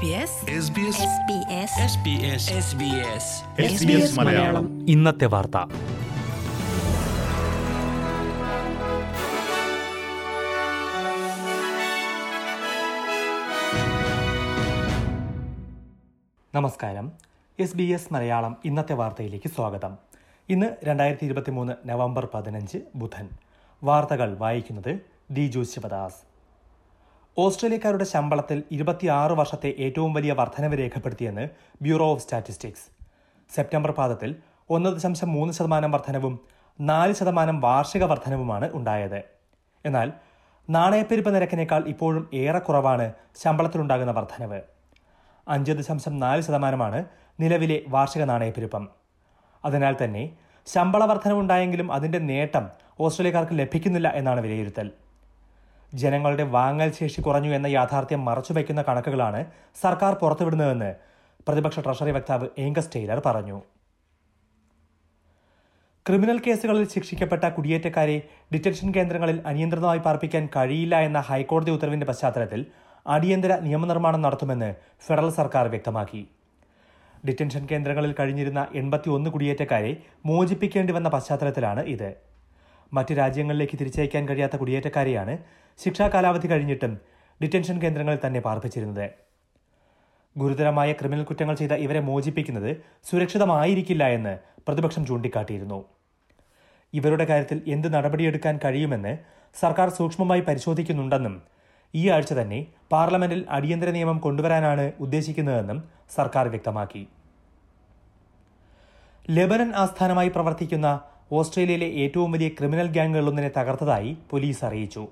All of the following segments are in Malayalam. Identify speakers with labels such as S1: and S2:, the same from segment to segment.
S1: SBS
S2: SBS മലയാളം
S3: ഇന്നത്തെ വാർത്ത നമസ്കാരം എസ് ബി എസ് മലയാളം ഇന്നത്തെ വാർത്തയിലേക്ക് സ്വാഗതം ഇന്ന് രണ്ടായിരത്തി ഇരുപത്തി മൂന്ന് നവംബർ പതിനഞ്ച് ബുധൻ വാർത്തകൾ വായിക്കുന്നത് ദിജു ശിവദാസ് ഓസ്ട്രേലിയക്കാരുടെ ശമ്പളത്തിൽ ഇരുപത്തിയാറ് വർഷത്തെ ഏറ്റവും വലിയ വർധനവ് രേഖപ്പെടുത്തിയെന്ന് ബ്യൂറോ ഓഫ് സ്റ്റാറ്റിസ്റ്റിക്സ് സെപ്റ്റംബർ പാദത്തിൽ ഒന്ന് ദശാംശം മൂന്ന് ശതമാനം വർധനവും നാല് ശതമാനം വാർഷിക വർധനവുമാണ് ഉണ്ടായത് എന്നാൽ നാണയപ്പെരുപ്പ നിരക്കിനേക്കാൾ ഇപ്പോഴും ഏറെ കുറവാണ് ശമ്പളത്തിലുണ്ടാകുന്ന വർധനവ് അഞ്ച് ദശാംശം നാല് ശതമാനമാണ് നിലവിലെ വാർഷിക നാണയപ്പെരുപ്പം അതിനാൽ തന്നെ ശമ്പള വർധനവുണ്ടായെങ്കിലും അതിന്റെ നേട്ടം ഓസ്ട്രേലിയക്കാർക്ക് ലഭിക്കുന്നില്ല എന്നാണ് വിലയിരുത്തൽ ജനങ്ങളുടെ വാങ്ങൽ ശേഷി കുറഞ്ഞു എന്ന യാഥാർത്ഥ്യം മറച്ചുവെക്കുന്ന കണക്കുകളാണ് സർക്കാർ പുറത്തുവിടുന്നതെന്ന് പ്രതിപക്ഷ ട്രഷറി വക്താവ് ഏങ്കസ് ടൈലർ പറഞ്ഞു ക്രിമിനൽ കേസുകളിൽ ശിക്ഷിക്കപ്പെട്ട കുടിയേറ്റക്കാരെ ഡിറ്റൻഷൻ കേന്ദ്രങ്ങളിൽ അനിയന്ത്രിതമായി പാർപ്പിക്കാൻ കഴിയില്ല എന്ന ഹൈക്കോടതി ഉത്തരവിന്റെ പശ്ചാത്തലത്തിൽ അടിയന്തര നിയമനിർമ്മാണം നടത്തുമെന്ന് ഫെഡറൽ സർക്കാർ വ്യക്തമാക്കി ഡിറ്റൻഷൻ കേന്ദ്രങ്ങളിൽ കഴിഞ്ഞിരുന്ന എൺപത്തിയൊന്ന് കുടിയേറ്റക്കാരെ മോചിപ്പിക്കേണ്ടി വന്ന പശ്ചാത്തലത്തിലാണ് ഇത് മറ്റ് രാജ്യങ്ങളിലേക്ക് തിരിച്ചയക്കാൻ കഴിയാത്ത കുടിയേറ്റക്കാരെയാണ് ശിക്ഷാ കാലാവധി കഴിഞ്ഞിട്ടും ഡിറ്റൻഷൻ കേന്ദ്രങ്ങളിൽ തന്നെ പാർപ്പിച്ചിരുന്നത് ഗുരുതരമായ ക്രിമിനൽ കുറ്റങ്ങൾ ചെയ്ത ഇവരെ മോചിപ്പിക്കുന്നത് സുരക്ഷിതമായിരിക്കില്ല എന്ന് പ്രതിപക്ഷം ചൂണ്ടിക്കാട്ടിയിരുന്നു ഇവരുടെ കാര്യത്തിൽ എന്ത് നടപടിയെടുക്കാൻ കഴിയുമെന്ന് സർക്കാർ സൂക്ഷ്മമായി പരിശോധിക്കുന്നുണ്ടെന്നും ഈ ആഴ്ച തന്നെ പാർലമെന്റിൽ അടിയന്തര നിയമം കൊണ്ടുവരാനാണ് ഉദ്ദേശിക്കുന്നതെന്നും സർക്കാർ വ്യക്തമാക്കി ലെബനൻ ആസ്ഥാനമായി പ്രവർത്തിക്കുന്ന ഓസ്ട്രേലിയയിലെ ഏറ്റവും വലിയ ക്രിമിനൽ ഗ്യാങ്ങുകളിലൊന്നിനെ തകർത്തതായി പോലീസ് അറിയിച്ചു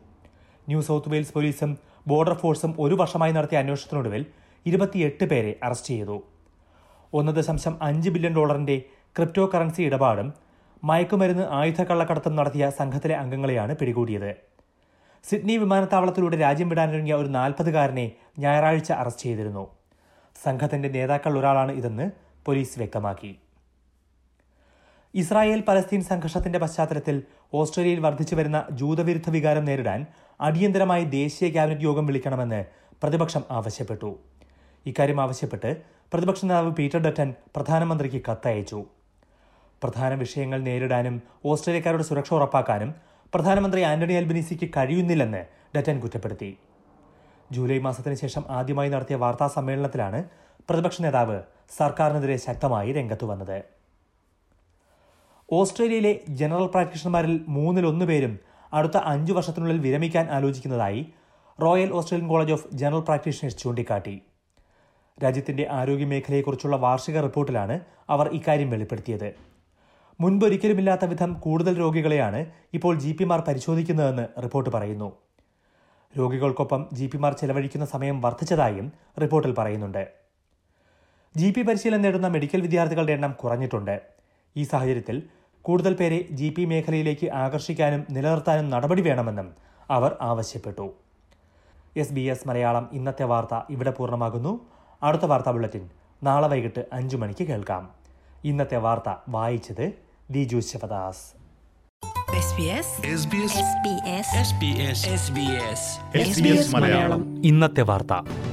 S3: ന്യൂ സൗത്ത് വെയിൽസ് പോലീസും ബോർഡർ ഫോഴ്സും ഒരു വർഷമായി നടത്തിയ അന്വേഷണത്തിനൊടുവിൽ ഇരുപത്തിയെട്ട് പേരെ അറസ്റ്റ് ചെയ്തു ഒന്ന് ദശാംശം അഞ്ച് ബില്യൺ ഡോളറിന്റെ ക്രിപ്റ്റോ കറൻസി ഇടപാടും മയക്കുമരുന്ന് ആയുധ കള്ളക്കടത്തും നടത്തിയ സംഘത്തിലെ അംഗങ്ങളെയാണ് പിടികൂടിയത് സിഡ്നി വിമാനത്താവളത്തിലൂടെ രാജ്യം വിടാനൊരുങ്ങിയ ഒരു നാൽപ്പതുകാരനെ ഞായറാഴ്ച അറസ്റ്റ് ചെയ്തിരുന്നു സംഘത്തിന്റെ നേതാക്കൾ ഒരാളാണ് ഇതെന്ന് പോലീസ് വ്യക്തമാക്കി ഇസ്രായേൽ പലസ്തീൻ സംഘർഷത്തിന്റെ പശ്ചാത്തലത്തിൽ ഓസ്ട്രേലിയയിൽ വർദ്ധിച്ചു വരുന്ന ജൂതവിരുദ്ധ വികാരം നേരിടാൻ അടിയന്തരമായി ദേശീയ ക്യാബിനറ്റ് യോഗം വിളിക്കണമെന്ന് പ്രതിപക്ഷം ആവശ്യപ്പെട്ടു ഇക്കാര്യം ആവശ്യപ്പെട്ട് പ്രതിപക്ഷ നേതാവ് പീറ്റർ ഡട്ടൻ പ്രധാനമന്ത്രിക്ക് കത്തയച്ചു പ്രധാന വിഷയങ്ങൾ നേരിടാനും ഓസ്ട്രേലിയക്കാരുടെ സുരക്ഷ ഉറപ്പാക്കാനും പ്രധാനമന്ത്രി ആന്റണി അൽബനീസിക്ക് കഴിയുന്നില്ലെന്ന് ഡറ്റൻ കുറ്റപ്പെടുത്തി ജൂലൈ മാസത്തിന് ശേഷം ആദ്യമായി നടത്തിയ വാർത്താ സമ്മേളനത്തിലാണ് പ്രതിപക്ഷ നേതാവ് സർക്കാരിനെതിരെ ശക്തമായി രംഗത്തു വന്നത് ഓസ്ട്രേലിയയിലെ ജനറൽ പ്രാക്ടീഷണർമാരിൽ മൂന്നിലൊന്ന് പേരും അടുത്ത അഞ്ചു വർഷത്തിനുള്ളിൽ വിരമിക്കാൻ ആലോചിക്കുന്നതായി Royal Australian College of General Practitioners ചൂണ്ടിക്കാട്ടി രാജ്യത്തിന്റെ ആരോഗ്യമേഖലയെക്കുറിച്ചുള്ള വാർഷിക റിപ്പോർട്ടിലാണ് അവർ ഇക്കാര്യം വെളിപ്പെടുത്തിയത് മുൻപൊരിക്കലുമില്ലാത്ത വിധം കൂടുതൽ രോഗികളെയാണ് ഇപ്പോൾ ജി പിമാർ പരിശോധിക്കുന്നതെന്ന് റിപ്പോർട്ട് പറയുന്നു രോഗികൾക്കൊപ്പം ജി പിമാർ ചെലവഴിക്കുന്ന സമയം വർദ്ധിച്ചതായും റിപ്പോർട്ടിൽ പറയുന്നുണ്ട് ജി പി പരിശീലനം നേടുന്ന മെഡിക്കൽ വിദ്യാർത്ഥികളുടെ എണ്ണം കുറഞ്ഞിട്ടുണ്ട് ഈ സാഹചര്യത്തിൽ കൂടുതൽ പേരെ ജി പി മേഖലയിലേക്ക് ആകർഷിക്കാനും നിലനിർത്താനും നടപടി വേണമെന്നും അവർ ആവശ്യപ്പെട്ടു എസ് ബി എസ് മലയാളം ഇന്നത്തെ വാർത്ത ഇവിടെ പൂർണ്ണമാകുന്നു അടുത്ത വാർത്താ ബുള്ളറ്റിൻ നാളെ വൈകിട്ട് അഞ്ചു മണിക്ക് കേൾക്കാം ഇന്നത്തെ വാർത്ത വായിച്ചത് ദിജു ശിവദാസ്
S1: SBS
S2: SBS മലയാളം
S3: ഇന്നത്തെ വാർത്ത